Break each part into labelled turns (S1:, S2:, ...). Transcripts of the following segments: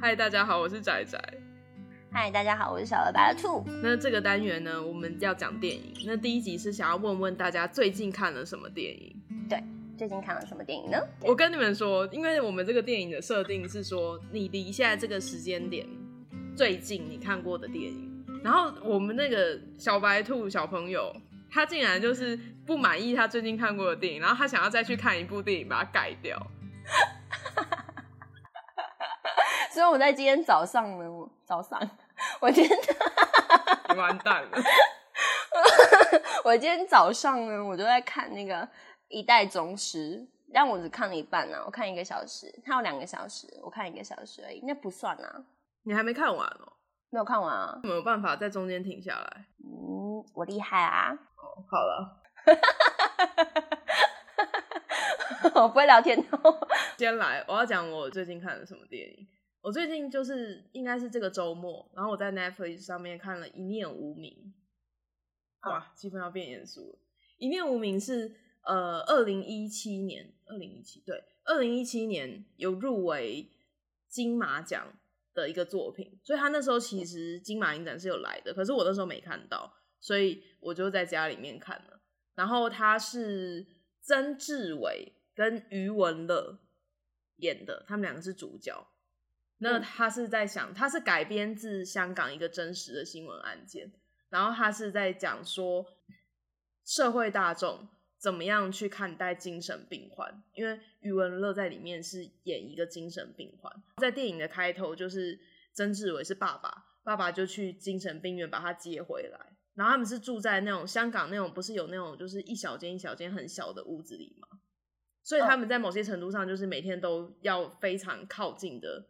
S1: 嗨，大家好，我是仔仔。
S2: 嗨，大家好，我是小鹅白的兔。
S1: 那这个单元呢，我们要讲电影。那第一集是想要问问大家最近看了什么电影？
S2: 最近看了什么电影呢？
S1: 我跟你们说，因为我们这个电影的设定是说，你离现在这个时间点最近你看过的电影。然后我们那个小白兔小朋友，他竟然就是不满意他最近看过的电影，然后他想要再去看一部电影把它改掉。
S2: 所以我在今天早上呢，我早上， 我今天
S1: 你完蛋了！
S2: 我今天早上呢，我就在看那个《一代宗师》，但我只看了一半啊呢、我看一个小时，它有两个小时，我看一个小时而已，那不算啊，
S1: 你还没看完哦，
S2: 没有看完啊。
S1: 没有办法在中间停下来。
S2: 嗯，我厉害啊，
S1: 好了，
S2: 我不会聊天哦。
S1: 先来，我要讲我最近看了什么电影。我最近就是应该是这个周末，然后我在 Netflix 上面看了《一念无名》，哇，气氛要变严肃了。《一念无名是》呃，二零一七年，二零一七对，二零一七年有入围金马奖的一个作品，所以他那时候其实金马影展是有来的，可是我那时候没看到，所以我就在家里面看了。然后他是曾志伟跟余文乐演的，他们两个是主角。那
S2: 嗯
S1: 他是在想，他是改编自香港一个真实的新闻案件，然后他是在讲说社会大众怎么样去看待精神病患，因为余文乐在里面是演一个精神病患，在电影的开头就是曾志伟是爸爸，爸爸就去精神病院把他接回来，然后他们是住在那种香港那种不是有那种就是一小间一小间很小的屋子里嘛，所以
S2: 哦
S1: 他们在某些程度上就是每天都要非常靠近的，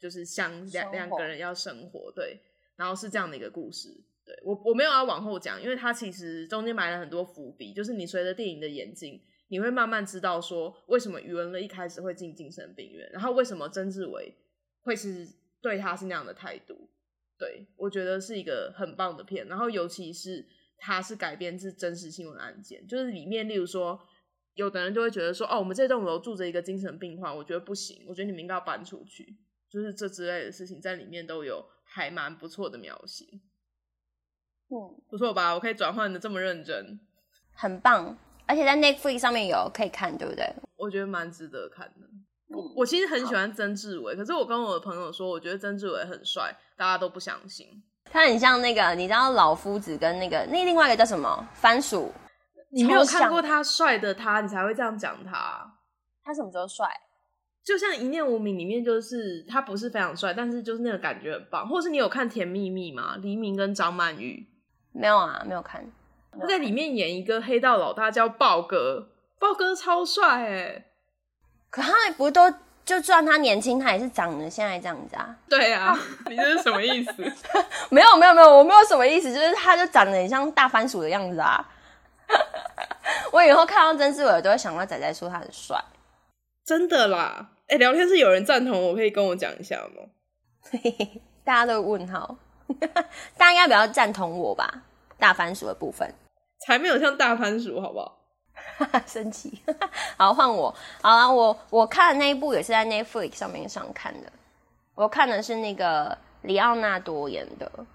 S1: 就是相两
S2: 生
S1: 两
S2: 活
S1: 个人要生活对，然后是这样的一个故事。对我我没有要往后讲，因为它其实中间埋了很多伏笔，就是你随着电影的演进，你会慢慢知道说为什么余文乐一开始会进精神病院，然后为什么曾志伟会是对他是那样的态度。对我觉得是一个很棒的片，然后尤其是它是改编自真实新闻案件，就是里面例如说，有的人就会觉得说，哦，我们这栋楼住着一个精神病患，我觉得不行，我觉得你们应该要搬出去，就是这之类的事情在里面都有还蛮不错的描写，
S2: 嗯，
S1: 不错吧？我可以转换的这么认真，
S2: 很棒，而且在 Netflix 上面有可以看，对不对？
S1: 我觉得蛮值得看的。
S2: 嗯，
S1: 我其实很喜欢曾志伟，可是我跟我的朋友说，我觉得曾志伟很帅，大家都不相信。
S2: 它很像那个，你知道老夫子跟那个那另外一个叫什么番薯？
S1: 你没有
S2: 超像
S1: 看过他帅的他，你才会这样讲他。
S2: 他什么时候帅？
S1: 就像《一念无名》里面，就是他不是非常帅，但是就是那个感觉很棒。或是你有看《甜蜜蜜》吗？黎明跟张曼玉，
S2: 没有啊，没有看。
S1: 他在里面演一个黑道老大叫豹哥，豹哥超帅哎、
S2: 可他们不都就算他年轻，他也是长得现在这样子啊？
S1: 对 啊，你这是什么意思？
S2: 没有没有没有，我没有什么意思，就是他就长得很像大番薯的样子啊。 我以后看到曾志伟，我都会想到仔仔说他很帅。
S1: 真的啦，哎、聊天室有人赞同，我可以跟我讲一下吗？
S2: 大家都问号， 大家应该比较赞同我吧？大番薯的部分，
S1: 才没有像大番薯，好不好？
S2: 生气。 好，换我。好啦，我我看的那一部也是在 Netflix 上面上看的，我看的是那个里奥纳多演的《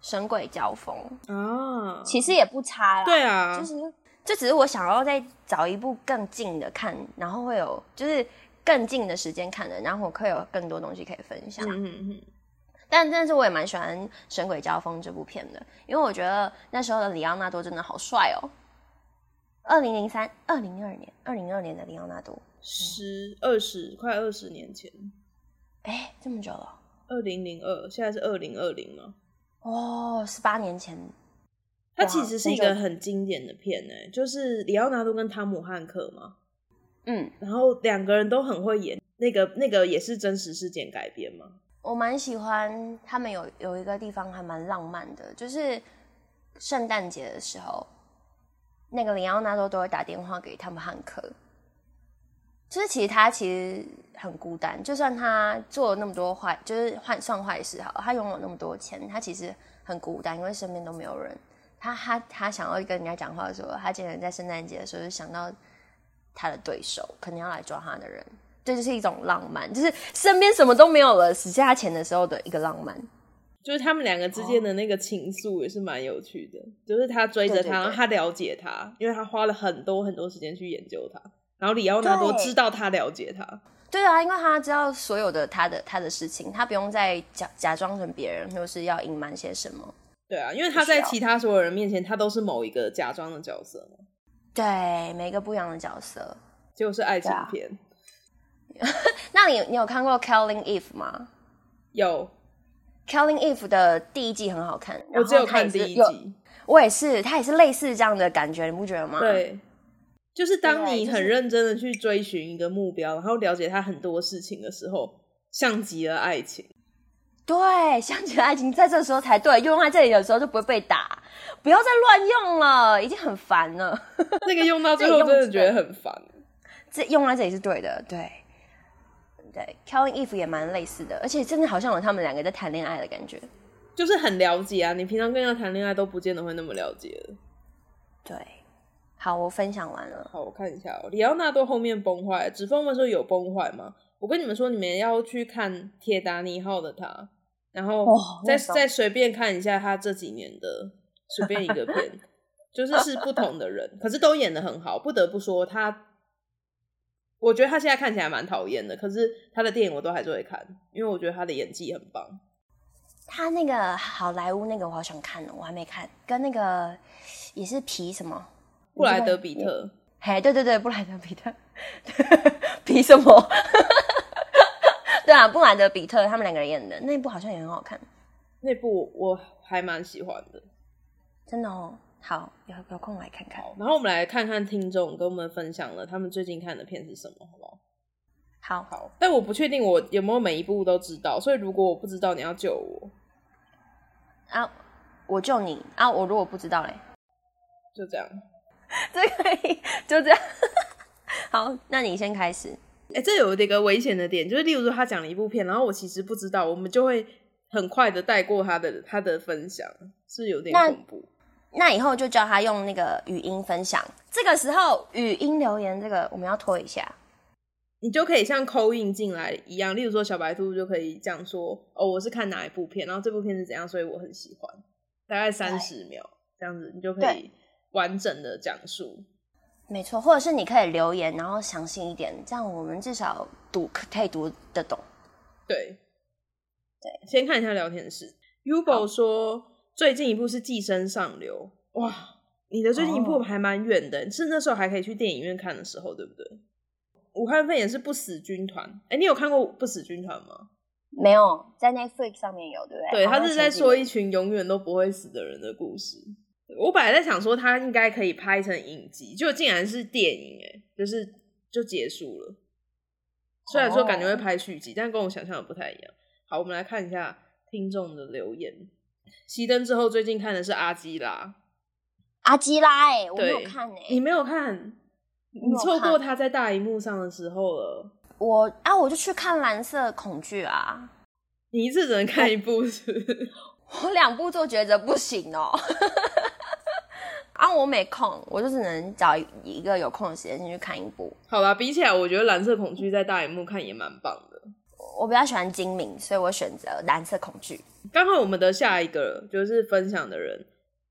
S2: 神鬼交锋》，
S1: 啊，
S2: 其实也不差啦。
S1: 对啊，
S2: 就是这只是我想要再找一部更近的看，然后会有就是更近的时间看的，然后我会有更多东西可以分享。
S1: 嗯嗯嗯，
S2: 但但是我也蛮喜欢《神鬼交锋》这部片的，因为我觉得那时候的里奥纳多真的好帅哦。二零零三、二零二年、二零二年的里奥纳多，
S1: 十二十快二十年前，
S2: 哎，这么久了
S1: 二零零二，现在是二零二零吗？
S2: 哦，十八年前，
S1: 它
S2: 哇
S1: 其实是
S2: 那
S1: 一个
S2: 就
S1: 很经典的片诶、就是里奥纳多跟汤姆汉克嘛，
S2: 嗯，
S1: 然后两个人都很会演。那个那个也是真实事件改编嘛？
S2: 我蛮喜欢他们有有一个地方还蛮浪漫的，就是圣诞节的时候，那个里奥纳多都会打电话给他们汉克，就是其实他其实很孤单，就算他做了那么多坏，就是换算坏事好了，他拥有那么多钱，他其实很孤单，因为身边都没有人。他他他想要跟人家讲话的时候，他竟然在圣诞节的时候就想到他的对手，可能要来抓他的人，这就是一种浪漫，就是身边什么都没有了，只剩下钱的时候的一个浪漫。
S1: 就是他们两个之间的那个情愫也是蛮有趣的，就是他追着
S2: 对对
S1: 他，
S2: 对
S1: 然后他了解他，因为他花了很多很多时间去研究他，然后里奥纳多
S2: 对
S1: 知道他了解他，
S2: 对啊，因为他知道所有的他的他的事情，他不用再假假装成别人，或是要隐瞒些什么。
S1: 对啊，因为他在
S2: 不需要
S1: 其他所有人面前，他都是某一个假装的角色嘛，
S2: 对，每个不一样的角色。
S1: 结果是爱情
S2: 对啊
S1: 片，
S2: 那你你有看过《Killing Eve》吗？
S1: 有，
S2: 《Killing Eve》的第一季很好看，
S1: 我只有
S2: 然后它
S1: 看
S2: 也是
S1: 第一
S2: 有
S1: 集，
S2: 我也是，它也是类似这样的感觉，你不觉得吗？，
S1: 对。就是当
S2: 对啊
S1: 你
S2: 就
S1: 很
S2: 是
S1: 认真的去追寻一个目标，然后了解他很多事情的时候，像极了爱情。
S2: 对，想起爱情在这时候才对，用在这里的时候就不会被打，不要再乱用了，已经很烦了。
S1: 那个 用到最
S2: 对
S1: 后
S2: 用
S1: 真的
S2: 这
S1: 觉得很烦。
S2: 这用在这里是对的，对。对，Killing Eve 也蛮类似的，而且真的好像有他们两个在谈恋爱的感觉。
S1: 就是很了解啊，你平常跟人家谈恋爱都不见得会那么了解的。
S2: 对，好，我分享完了。
S1: 好，我看一下、哦，里奥纳多后面崩坏，指缝问说有崩坏吗？我跟你们说，你们要去看《铁达尼号》的他，然后
S2: 哇
S1: 再、
S2: 那时候
S1: 再随便看一下他这几年的随便一个片，就是是不同的人，可是都演的很好，不得不说他，我觉得他现在看起来蛮讨厌的，可是他的电影我都还是会看，因为我觉得他的演技很棒。
S2: 他那个好莱坞那个我好想看哦，我还没看，跟那个也是皮什么
S1: 布莱德比，特，
S2: 嘿，对对对，布莱德比特， 皮什么？ 对啊，布莱德比特他们两个人演的那一部好像也很好看，
S1: 那部我还蛮喜欢的。
S2: 真的哦。好，有有空来看看。
S1: 好，然后我们来看看听众跟我们分享了他们最近看的片是什么，好不好？
S2: 好，
S1: 好，但我不确定我有没有每一部都知道，所以如果我不知道，你要救我，
S2: 啊，我救你啊！我如果不知道嘞，
S1: 就这样。
S2: 这可以就这样。 好，那你先开始。
S1: 哎、这有一个危险的点，就是例如说他讲了一部片，然后我其实不知道，我们就会很快的带过他的他的分享，是有点
S2: 那
S1: 恐怖。
S2: 那以后就叫他用那个语音分享。这个时候语音留言这个我们要拖一下。
S1: 你就可以像扣印进来一样，例如说小白兔就可以这样说：“哦，我是看哪一部片，然后这部片是怎样，所以我很喜欢。”大概三十秒这样子，你就可以
S2: 对
S1: 完整的讲述。
S2: 没错，或者是你可以留言，然后详细一点，这样我们至少读可以读得懂。
S1: 对，对，先看一下聊天室。Ubo 说最近一部是《寄生上流》，哇，你的最近一部
S2: 哦
S1: 还蛮远的，是那时候还可以去电影院看的时候，对不对？武汉肺炎是不死军团，哎，你有看过不死军团吗？
S2: 没有，在 Netflix 上面有，对不对？
S1: 对，
S2: 好
S1: 他是
S2: 那
S1: 在
S2: 前几
S1: 说
S2: 名
S1: 一群永远都不会死的人的故事。我本来在想说他应该可以拍成影集，就竟然是电影、哎，就是就结束了。虽然说感觉
S2: 哦
S1: 会拍续集，但跟我想象的不太一样。好，我们来看一下听众的留言。熄灯之后，最近看的是《阿基拉
S2: 阿基拉、欸，哎，我没
S1: 对
S2: 有看哎、》，
S1: 你没有看，你
S2: 没有
S1: 错过
S2: 看
S1: 他在大荧幕上的时候了。
S2: 我啊，我就去看《蓝色恐惧》啊，
S1: 你一次只能
S2: 哦
S1: 看一部，是不是？
S2: 我两部做抉择不行哦、 啊，我没空，我就只能找一个有空的时间先去看一部。
S1: 好啦，比起来，我觉得《蓝色恐惧》在大荧幕看也蛮棒的。
S2: 我比较喜欢精明，所以我选择《蓝色恐惧》。
S1: 刚好我们的下一个就是分享的人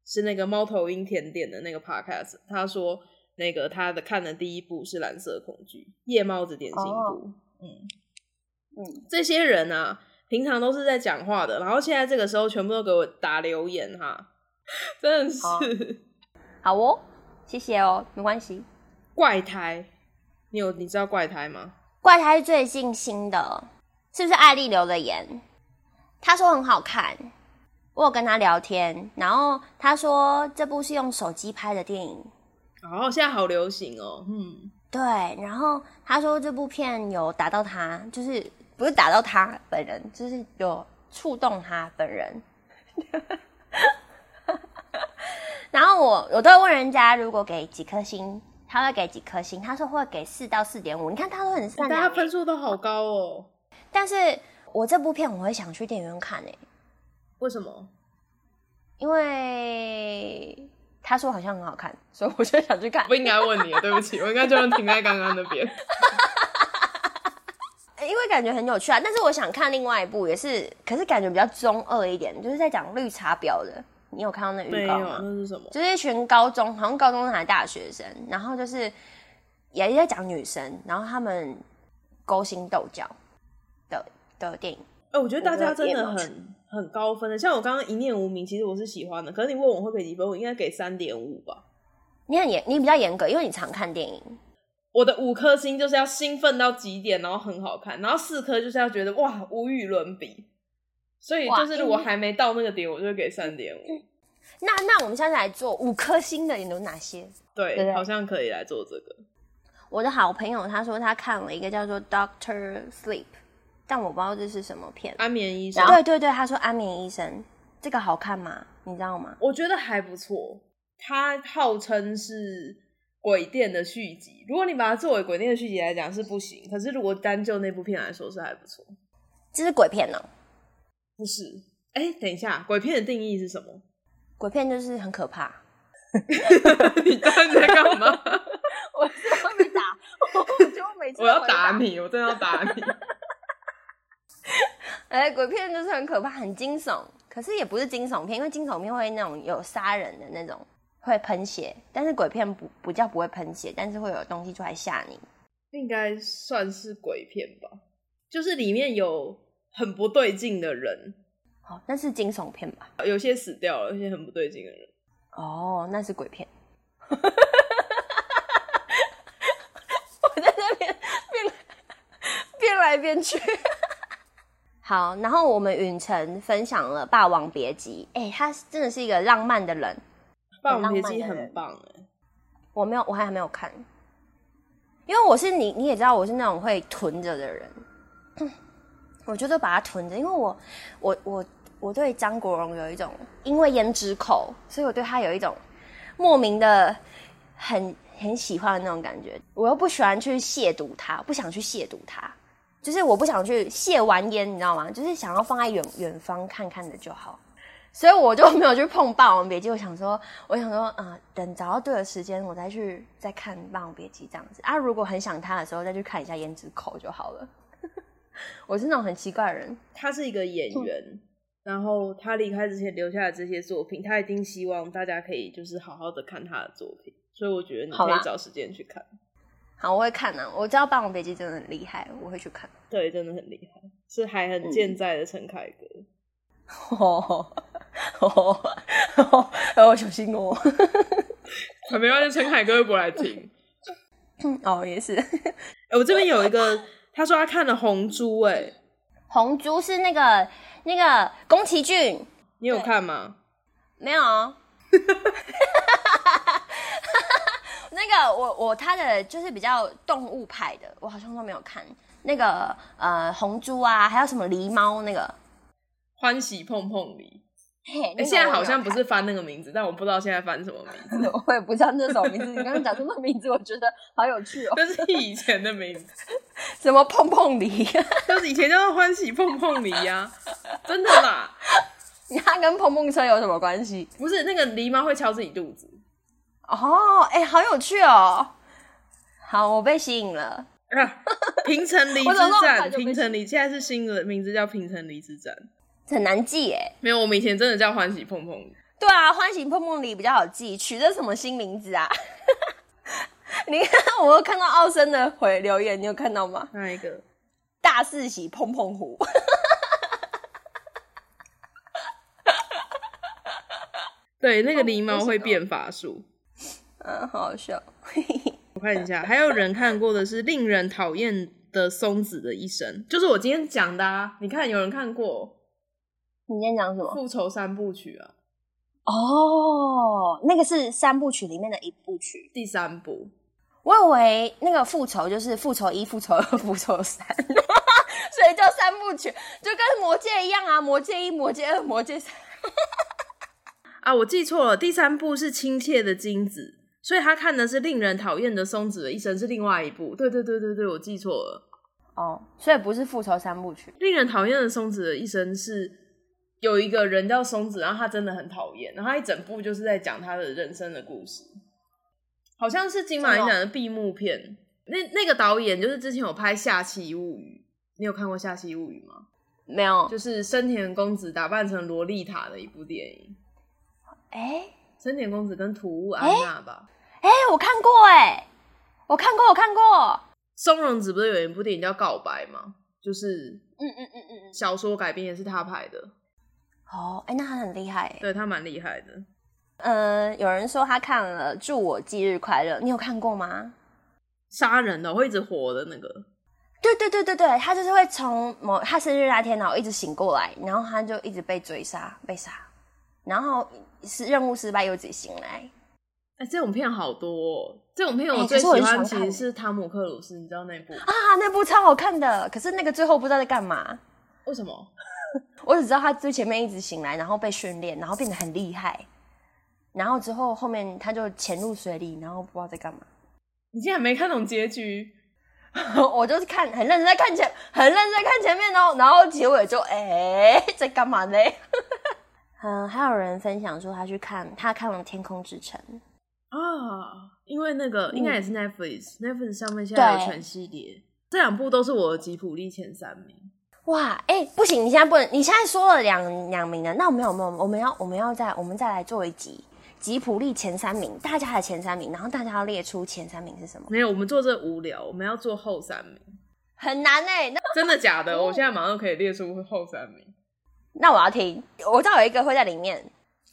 S1: 是那个猫头鹰甜点的那个 podcast，他说那个他的看的第一部是《蓝色恐惧》，夜猫子点心部，
S2: 哦
S1: 嗯
S2: 嗯，
S1: 这些人啊，平常都是在讲话的，然后现在这个时候全部都给我打留言哈， 真的是、
S2: 好好哦，谢谢哦，没关系。
S1: 怪胎。你有你知道怪胎吗？
S2: 怪胎最近新的，是不是艾丽留的言？她说很好看，我有跟她聊天，然后她说这部是用手机拍的电影，
S1: 然后现在好流行哦，嗯，
S2: 对，然后她说这部片有打到她，就是不是打到她本人，就是有触动她本人。然后我我都会问人家，如果给几颗星，他会给几颗星？他说会给四到四点五。你看他都很善
S1: 大
S2: 良欸、
S1: 家分数都好高哦，
S2: 但是我这部片我会想去电影院看诶、
S1: 为什么？
S2: 因为他说好像很好看，所以我就想去看
S1: 不。应该问你，对不起，我应该就能停在刚刚那边。
S2: 因为感觉很有趣啊。但是我想看另外一部，也是，可是感觉比较中二一点，就是在讲绿茶婊的。你有看到那
S1: 没
S2: 预
S1: 有啊
S2: 告吗？
S1: 那是什么？
S2: 就是一群高中，好像高中生还大学生，然后就是也在讲女生，然后他们勾心斗角的的电影。
S1: 哎、我觉得大家真的
S2: 我觉得也
S1: 很很高分的。像我刚刚一念无名，其实我是喜欢的，可是你问我会给几分，我应该给三点五吧。
S2: 你很严，你比较严格，因为你常看电影。
S1: 我的五颗星就是要兴奋到极点，然后很好看，然后四颗就是要觉得哇无与伦比。所以
S2: 哇
S1: 就是如果还没到那个点，我就会给三点五。
S2: 那那我们现在来做五颗星的有哪些？对
S1: 对，
S2: 对
S1: 好像可以来做这个。
S2: 我的好朋友他说他看了一个叫做《Doctor Sleep》，但我不知道这是什么片。
S1: 安眠医生，
S2: 对对对，他说《安眠医生》这个好看吗？你知道吗？
S1: 我觉得还不错。它号称是鬼店的续集，如果你把它作为鬼店的续集来讲是不行，可是如果单就那部片来说是还不错。
S2: 这是鬼片哦、
S1: 不是，哎，等一下，鬼片的定义是什么？
S2: 鬼片就是很可怕。
S1: 你到底在干嘛？
S2: 我就会被打，我就每次
S1: 我要打。你，我真的要打你。
S2: 哎、鬼片就是很可怕，很惊悚，可是也不是惊悚片，因为惊悚片会那种有杀人的那种，会喷血，但是鬼片不不叫不会喷血，但是会有东西出来吓你。
S1: 应该算是鬼片吧，就是里面有很不对劲的人，
S2: 哦，那是惊悚片吧？
S1: 有些死掉了，有些很不对劲的人。
S2: 哦，那是鬼片。我在那边变来变来变去。好，然后我们允晨分享了《霸王别姬》，哎，他真的是一个浪漫的人。
S1: 霸王别
S2: 很
S1: 姬
S2: 浪漫的
S1: 很
S2: 人
S1: 棒哎、
S2: 我没有，我还还没有看，因为我是你，你也知道我是那种会囤着的人， 我就都把它囤着，因为我我我我对张国荣有一种因为胭脂扣，所以我对他有一种莫名的很很喜欢的那种感觉，我又不喜欢去亵渎他，不想去亵渎他。就是我不想去亵玩焉，你知道吗？就是想要放在远远方看看的就好，所以我就没有去碰《霸王别姬》。我想说，我想说，啊、等找到对的时间，我再去再看《霸王别姬》这样子啊。如果很想他的时候，再去看一下《胭脂扣》就好了。我是那种很奇怪的人，
S1: 他是一个演员，然后他离开之前留下的这些作品，他一定希望大家可以就是好好的看他的作品，所以我觉得你
S2: 好
S1: 可
S2: 啦
S1: 以找时间去看。
S2: 好，我会看啊。我知道《霸王别姬》真的很厉害，我会去看。
S1: 对，真的很厉害，是还
S2: 嗯
S1: 很健在的陈凯歌。
S2: 哦哦哦，哦，小心哦。
S1: 很啊没关系，陈凯歌又不来听。
S2: 哦，也是。
S1: 哎、我这边有一个，他说他看了《红猪》，哎，
S2: 红珠是那个那个宫崎骏，
S1: 你有看吗？
S2: 没有 哦。那个我我他的就是比较动物派的，我好像都没有看那个呃红猪啊，还有什么狸猫那个。
S1: 欢喜碰碰梨，
S2: 嘿，那
S1: 哎、
S2: 个
S1: 现在
S2: 我
S1: 好
S2: 没有
S1: 像不
S2: 看
S1: 是翻那个名字，但我不知道现在翻什么名字，
S2: 我也不知道那首名字。你刚刚讲出那名字，我觉得好有趣哦。
S1: 那是以前的名字，
S2: 什么碰碰梨？
S1: 就是以前叫做欢喜碰碰梨呀、真的啦，
S2: 它跟碰碰车有什么关系？
S1: 不是那个狸猫会敲自己肚子。
S2: 哦，哎、好有趣哦。好， 我被吸引了。
S1: 啊，平城离
S2: 我怎么
S1: 之
S2: 那么快
S1: 战，
S2: 就被
S1: 平城离现在是新的名字叫平城离之战。
S2: 很难记哎，
S1: 没有，我们以前真的叫欢喜碰碰梨。
S2: 对啊，欢喜碰碰梨比较好记，取这什么新名字啊？ 你看，我有看到奥森的回留言，你有看到吗？
S1: 那一个？
S2: 大四喜碰碰虎，
S1: 对，那个狸
S2: 哦
S1: 猫会变法术。
S2: 嗯，好好笑。
S1: 我看一下，还有人看过的是令人讨厌的松子的一生，就是我今天讲的啊。你看，有人看过
S2: 你今天讲什
S1: 《
S2: 么？
S1: 复仇三部曲》啊，
S2: 哦，那个是三部曲里面的一部曲。
S1: 第三部。
S2: 我以为那个复仇就是复仇一、复仇二、复仇三， 所以叫三部曲，就跟魔戒一样啊，魔戒一、魔戒二、魔戒三。
S1: 啊，我记错了，第三部是亲切的金子，所以他看的是令人讨厌的松子的一生是另外一部。对对对对对，我记错了。
S2: 哦，所以不是复仇三部曲。
S1: 令人讨厌的松子的一生是有一个人叫松子，然后他真的很讨厌，然后他一整部就是在讲他的人生的故事，好像是金马影展的闭幕片。那那个导演就是之前有拍《下棋物语》，你有看过《夏西物语》吗？
S2: 没有，
S1: 就是生田公子打扮成洛丽塔的一部电影，
S2: 哎
S1: 生田公子跟土屋安娜吧。
S2: 哎，我看过哎，我看过，我看过，
S1: 松隆子不是有一部电影叫《告白》吗？就是
S2: 嗯嗯嗯嗯嗯，
S1: 小说改编也是他拍的，
S2: 哦，哎，那他很厉害哎。
S1: 对他蛮厉害的。
S2: 嗯、有人说他看了《祝我忌日快乐》，你有看过吗？
S1: 杀人的会一直活的那个，
S2: 对对对对对，他就是会从某他是日那天，然后一直醒过来，然后他就一直被追杀，被杀，然后是任务失败又自己醒来。
S1: 哎、这种片好多、哦。这种片
S2: 哎
S1: 我
S2: 可
S1: 最
S2: 是
S1: 喜
S2: 我很
S1: 欢
S2: 喜
S1: 其
S2: 欢看
S1: 实是汤姆克鲁斯，你知道那部
S2: 啊，那部超好看的，可是那个最后不知道在干嘛。
S1: 为什么？
S2: 我只知道他最前面一直醒来，然后被训练，然后变得很厉害，然后之后后面他就潜入水里，然后不知道在干嘛。
S1: 你竟然没看懂结局？
S2: 我就是看很认真在看前，很认真在看前面哦，然后结尾就哎、在干嘛呢？ 嗯，还有人分享说他去看他看了《天空之城》，
S1: 啊，因为那个
S2: 嗯
S1: 应该也是 Netflix，Netflix、上面现在有
S2: 对
S1: 全系列，这两部都是我的吉普力前三名。
S2: 哇，哎、不行，你现在不能，你现在说了两两名了，那我们有没有？我们要我们要再我们再来做一集吉普力前三名，大家的前三名，然后大家要列出前三名是什么？
S1: 没有，我们做这无聊，我们要做后三名。
S2: 很难哎、那
S1: 真的假 的？我现在马上可以列出后三名。
S2: 那我要听，我知道有一个会在里面，《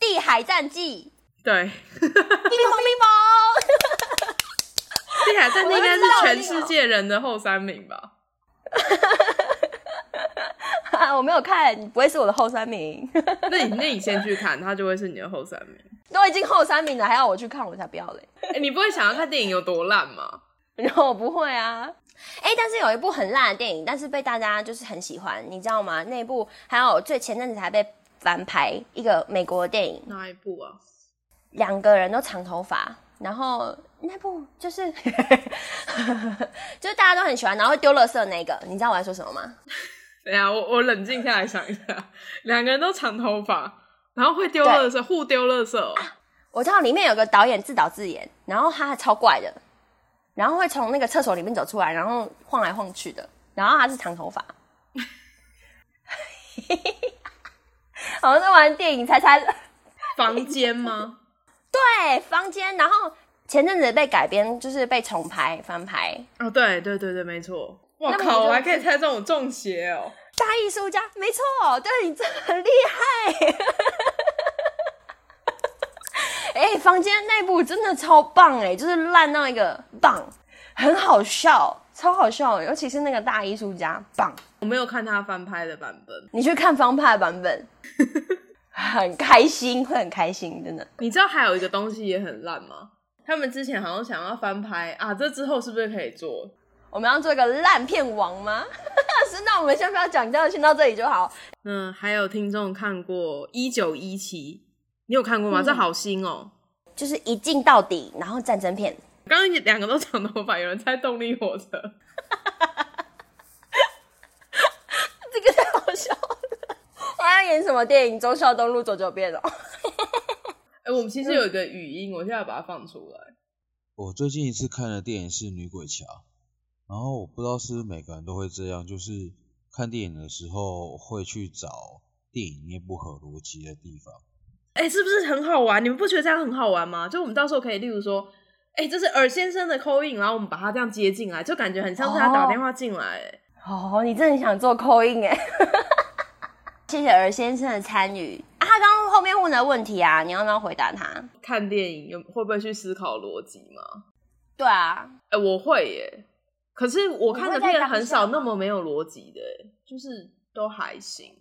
S2: 地海战记，
S1: 对，》
S2: 冰乓冰乓。
S1: 这 海战
S2: 我
S1: 应
S2: 都
S1: 该
S2: 知
S1: 是
S2: 道
S1: 全
S2: 了
S1: 世界人的后三名 吧？
S2: 我没有看，你不会是我的后三名，
S1: 那你那你先去看，它就会是你的后三名。
S2: 都已经后三名了，还要我去看，我才不要嘞。
S1: 哎、你不会想要看电影有多烂吗？
S2: 然后我不会啊，哎、但是有一部很烂的电影，但是被大家就是很喜欢，你知道吗？那一部还有最前阵子还被翻拍一个美国的电影，
S1: 哪一部啊？
S2: 两个人都长头发，然后那部就是 就是大家都很喜欢，然后会丢垃圾的那个，你知道我在说什么吗？
S1: 等一下，我我冷静下来想一下， 两个人都长头发，然后会丢垃圾，互丢垃圾、哦。
S2: 我知道里面有个导演自导自演，然后他还超怪的，然后会从那个厕所里面走出来，然后晃来晃去的，然后他是长头发， 好像在玩电影猜猜乐
S1: 房间吗？
S2: 对房间，然后前阵子被改编，就是被重拍翻拍，
S1: 哦，对对对对，没错。我
S2: 那么
S1: 靠，
S2: 我就
S1: 我还可以猜中我中邪哦！
S2: 大艺术家，没错，对你真的很厉害。 哎、房间内部真的超棒哎、就是烂到一个棒，很好笑，超好笑，尤其是那个大艺术家棒。
S1: 我没有看他翻拍的版本。
S2: 你去看方派版本，很开心，会很开心，真的。
S1: 你知道还有一个东西也很烂吗？他们之前好像想要翻拍啊，这之后是不是可以做？
S2: 我们要做一个烂片王吗？ 是，那我们先不要讲，这样先到这里就好。
S1: 那嗯还有听众看过《一九一七》，你有看过吗？
S2: 嗯
S1: 这好新哦！
S2: 就是一镜到底，然后战争片，
S1: 刚刚两个都长头发，有人猜动力火车，
S2: 这个太好笑了。我要演什么电影？忠孝东路走九遍哦。
S1: 哎、我们其实
S2: 嗯
S1: 有一个语音，我现在把它放出来。
S3: 我最近一次看的电影是《女鬼桥》，然后我不知道是不是每个人都会这样，就是看电影的时候会去找电影里面不合逻辑的地方。
S1: 哎、是不是很好玩？你们不觉得这样很好玩吗？就我们到时候可以，例如说，哎、这是尔先生的 call in，然后我们把他这样接进来，就感觉很像是他打电话进来、哎
S2: 哦，你真的想做扣印哎！ 谢谢尔先生的参与啊，他刚刚后面问的问题啊，你要不要回答他？
S1: 看电影有会不会去思考逻辑吗？
S2: 对啊，
S1: 哎、我会耶，可是我看的
S2: 你会在
S1: 片
S2: 当下
S1: 很少那
S2: 吗
S1: 么没有逻辑的耶，就是都还行。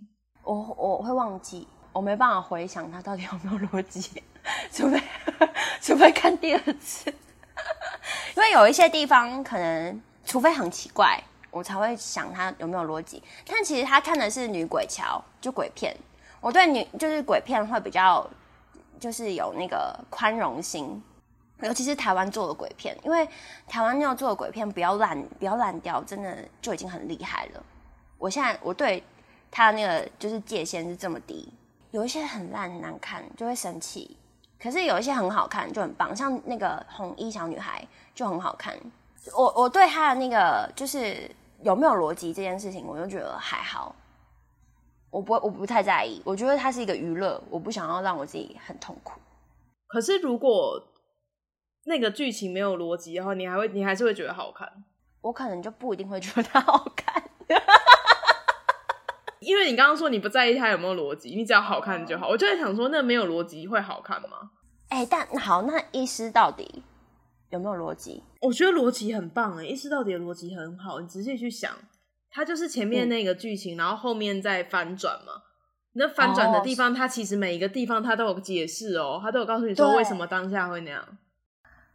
S2: 我我会忘记，我没办法回想他到底有没有逻辑，除非除非看第二次， 因为有一些地方可能，除非很奇怪，我才会想他有没有逻辑。但其实他看的是女鬼桥，就鬼片，我对女就是鬼片会比较就是有那个宽容心。尤其是台湾做的鬼片，因为台湾要做的鬼片不要烂，不要烂掉，真的就已经很厉害了。我现在我对它那个就是界限是这么低，有一些很烂很难看，就会生气。可是有一些很好看，就很棒，像那个红衣小女孩就很好看。我我对她的那个就是有没有逻辑这件事情，我就觉得还好，我不我不太在意，我觉得它是一个娱乐，我不想要让我自己很痛苦。
S1: 可是如果那个剧情没有逻辑的话，你还会你还是会觉得好看，
S2: 我可能就不一定会觉得它好看，
S1: 因为你刚刚说你不在意它有没有逻辑，你只要好看
S2: 哦
S1: 就好。我就在想说，那没有逻辑会好看吗？
S2: 哎、但好，那医师到底有没有逻辑？
S1: 我觉得逻辑很棒哎，意识到底的逻辑很好。你仔细去想，它就是前
S2: 嗯
S1: 面那个剧情，然后后面再翻转嘛。那翻转的
S2: 哦
S1: 地方，它其实每一个地方它都有解释哦，它都有告诉你说
S2: 对
S1: 为什么当下会那样。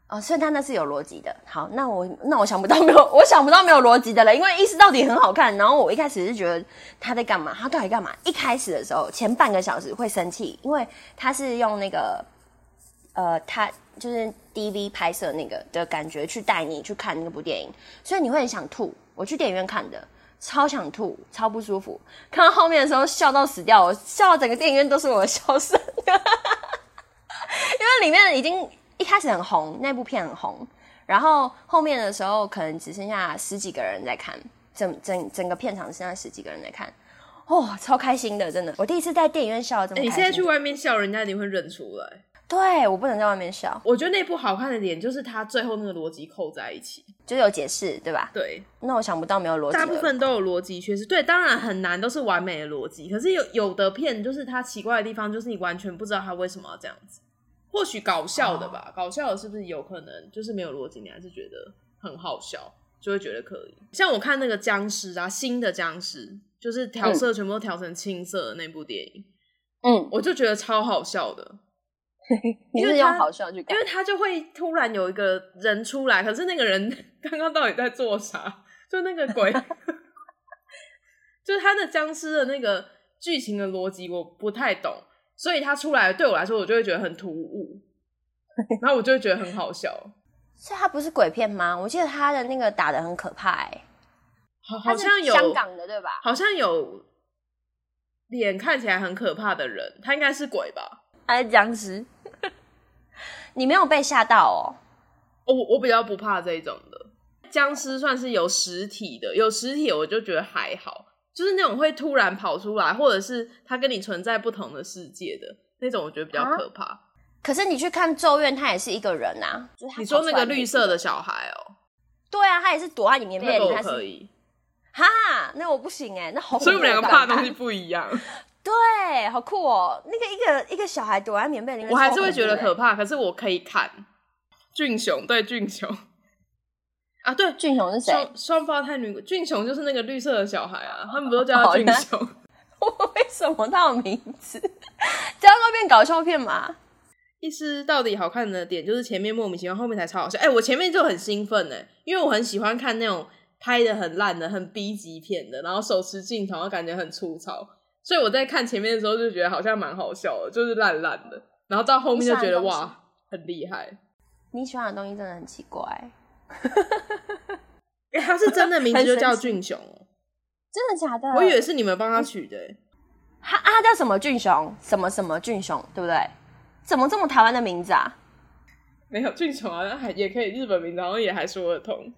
S2: 哦，所以他那是有逻辑的。好，那我那我想不到没有，我想不到没有逻辑的了，因为意思到底很好看。然后我一开始是觉得他在干嘛，他到底干嘛？一开始的时候，前半个小时会生气，因为他是用那个呃，他就是 DV 拍摄那个的感觉去带你去看那部电影，所以你会很想吐。我去电影院看的，超想吐，超不舒服。看到后面的时候笑到死掉，我笑到整个电影院都是我的笑声。 因为里面已经一开始很红，那部片很红，然后后面的时候可能只剩下十几个人在看，整整整个片场剩下十几个人在看，哦，超开心的，真的，我第一次在电影院笑得这么
S1: 哎、
S2: 开
S1: 你
S2: 心。
S1: 现在去外面笑，人家一定会认出来。
S2: 对我不能在外面笑，
S1: 我觉得那部好看的点就是它最后那个逻辑扣在一起，
S2: 就是有解释，对吧？
S1: 对，
S2: 那我想不到没有逻辑了，
S1: 大部分都有逻辑缺失。对，当然很难都是完美的逻辑，可是有有的片就是它奇怪的地方，就是你完全不知道它为什么要这样子。或许搞笑的
S2: 哦
S1: 吧，搞笑的是不是有可能就是没有逻辑，你还是觉得很好笑，就会觉得可以。像我看那个僵尸啊，新的僵尸就是调色全部都调成青色的那部电影，
S2: 嗯，
S1: 我就觉得超好笑的。
S2: 你
S1: 因
S2: 是
S1: 为他
S2: 用好笑去
S1: 因
S2: 看
S1: 为，他就会突然有一个人出来，可是那个人 刚刚到底在做啥？就那个 鬼，就是他的僵尸的那个剧情的逻辑我不太懂，所以他出来对我来说，我就会觉得很突 兀，然后我就会觉得很好笑，
S2: 所以它不是鬼片吗？我记得他的那个打的很可怕、欸，
S1: 好好
S2: 它是
S1: 像有
S2: 香港的对吧？
S1: 好像有脸看起来很可怕的人，他应该是鬼吧？
S2: 还是僵尸？ 你没有被吓到哦？
S1: 我我比较不怕这一种的。僵尸算是有实体的，有实体我就觉得还好，就是那种会突然跑出来，或者是它跟你存在不同的世界的那种，我觉得比
S2: 啊
S1: 较可怕。
S2: 可是你去看《咒怨》，他也是一个人啊。就是他
S1: 你说
S2: 跑
S1: 那
S2: 出来
S1: 个绿色的？小孩哦、
S2: 对啊，他也是躲在你棉
S1: 那
S2: 被
S1: 个
S2: 里，
S1: 我
S2: 他
S1: 可
S2: 是
S1: 以，
S2: 哈，那我不行哎、那好恐怖。
S1: 所以我们两个
S2: 我
S1: 怕
S2: 没办
S1: 的
S2: 法
S1: 东西不一 样。
S2: 对，好酷哦。那个一个一个小孩躲在棉被里面，
S1: 我还是会觉得
S2: 超
S1: 可
S2: 恐怖的欸。
S1: 怕，可是我可以看。俊雄对俊雄啊，对
S2: 俊雄是谁？
S1: 双双胞胎女俊雄就是那个绿色的小孩啊，他们不都叫他
S2: 哦
S1: 俊
S2: 原来
S1: 雄？
S2: 为什么他有名字？这样会变搞笑片嘛？
S1: 意思到底好看的点就是前面莫名其妙，后面才超好笑。哎、我前面就很兴奋呢、欸因为我很喜欢看那种拍的很烂的、很 B 级片的，然后手持镜头，然后感觉很粗糙。所以我在看前面的时候就觉得好像蛮好笑的，就是烂烂的，然后到后面就觉得
S2: 你喜欢的东西
S1: 哇，很厉害。
S2: 你喜欢的东西真的很奇怪，
S1: 哎、 他是真的名字就
S2: 很神奇
S1: 叫俊雄哦、
S2: 真的假的？
S1: 我以为是你们帮他取的、欸。
S2: 他啊，他叫什么俊雄？什么什么俊雄，对不对？怎么这么台湾的名字啊？
S1: 没有俊雄好像还也可以，日本名字好像也还说得通。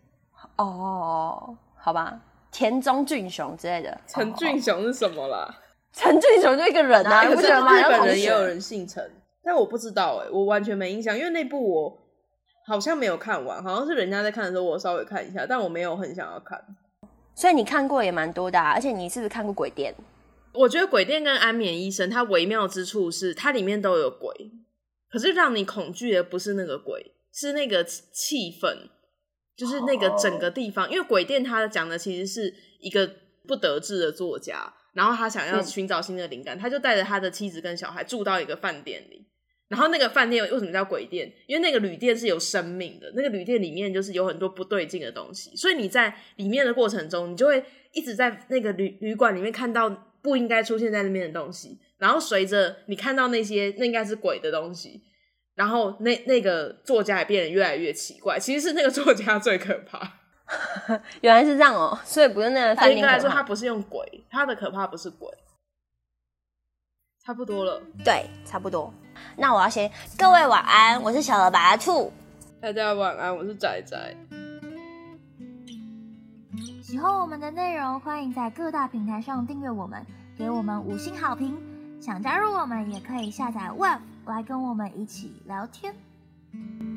S2: 哦，好吧，田中俊雄之类的。
S1: 陈
S2: 哦
S1: 俊
S2: 哦
S1: 雄是什么啦？
S2: 陈俊雄就一个人啊，
S1: 哎
S2: 你
S1: 可
S2: 不
S1: 是
S2: 觉得吗？
S1: 日
S2: 要
S1: 本
S2: 同
S1: 人也
S2: 学
S1: 有人姓陈，但我不知道哎、我完全没印象，因为那部我好像没有看完，好像是人家在看的时候我稍微看一下，但我没有很想要看。
S2: 所以你看过也蛮多的、啊，而且你是不是看过《鬼店》？
S1: 我觉得《鬼店》跟《安眠医生》它微妙之处是它里面都有鬼，可是让你恐惧的不是那个鬼，是那个气气氛，就是那个整个地方。因为《鬼店》它讲的其实是一个不得志的作家，然后他想要
S2: 嗯
S1: 寻找新的灵感，他就带着他的妻子跟小孩住到一个饭店里。然后那个饭店为什么叫鬼店？因为那个旅店是有生命的，那个旅店里面就是有很多不对劲的东西，所以你在里面的过程中，你就会一直在那个旅旅馆里面看到不应该出现在那边的东西，然后随着你看到那些那应该是鬼的东西，然后那那个作家也变得越来越奇怪。其实是那个作家最可怕，
S2: 原来是这样哦，所以不 是那个饭
S1: 严格
S2: 店
S1: 来
S2: 可
S1: 说，他
S2: 怕。
S1: 不是用鬼，他的可怕不是鬼。差不多了，
S2: 对，差不多。那我要先，各位晚安，我是小鹅白兔。
S1: 大家晚安，我是仔仔。
S4: 喜欢我们的内容，欢迎在各大平台上订阅我们，给我们五星好评。想加入我们，也可以下载 Web 来跟我们一起聊天。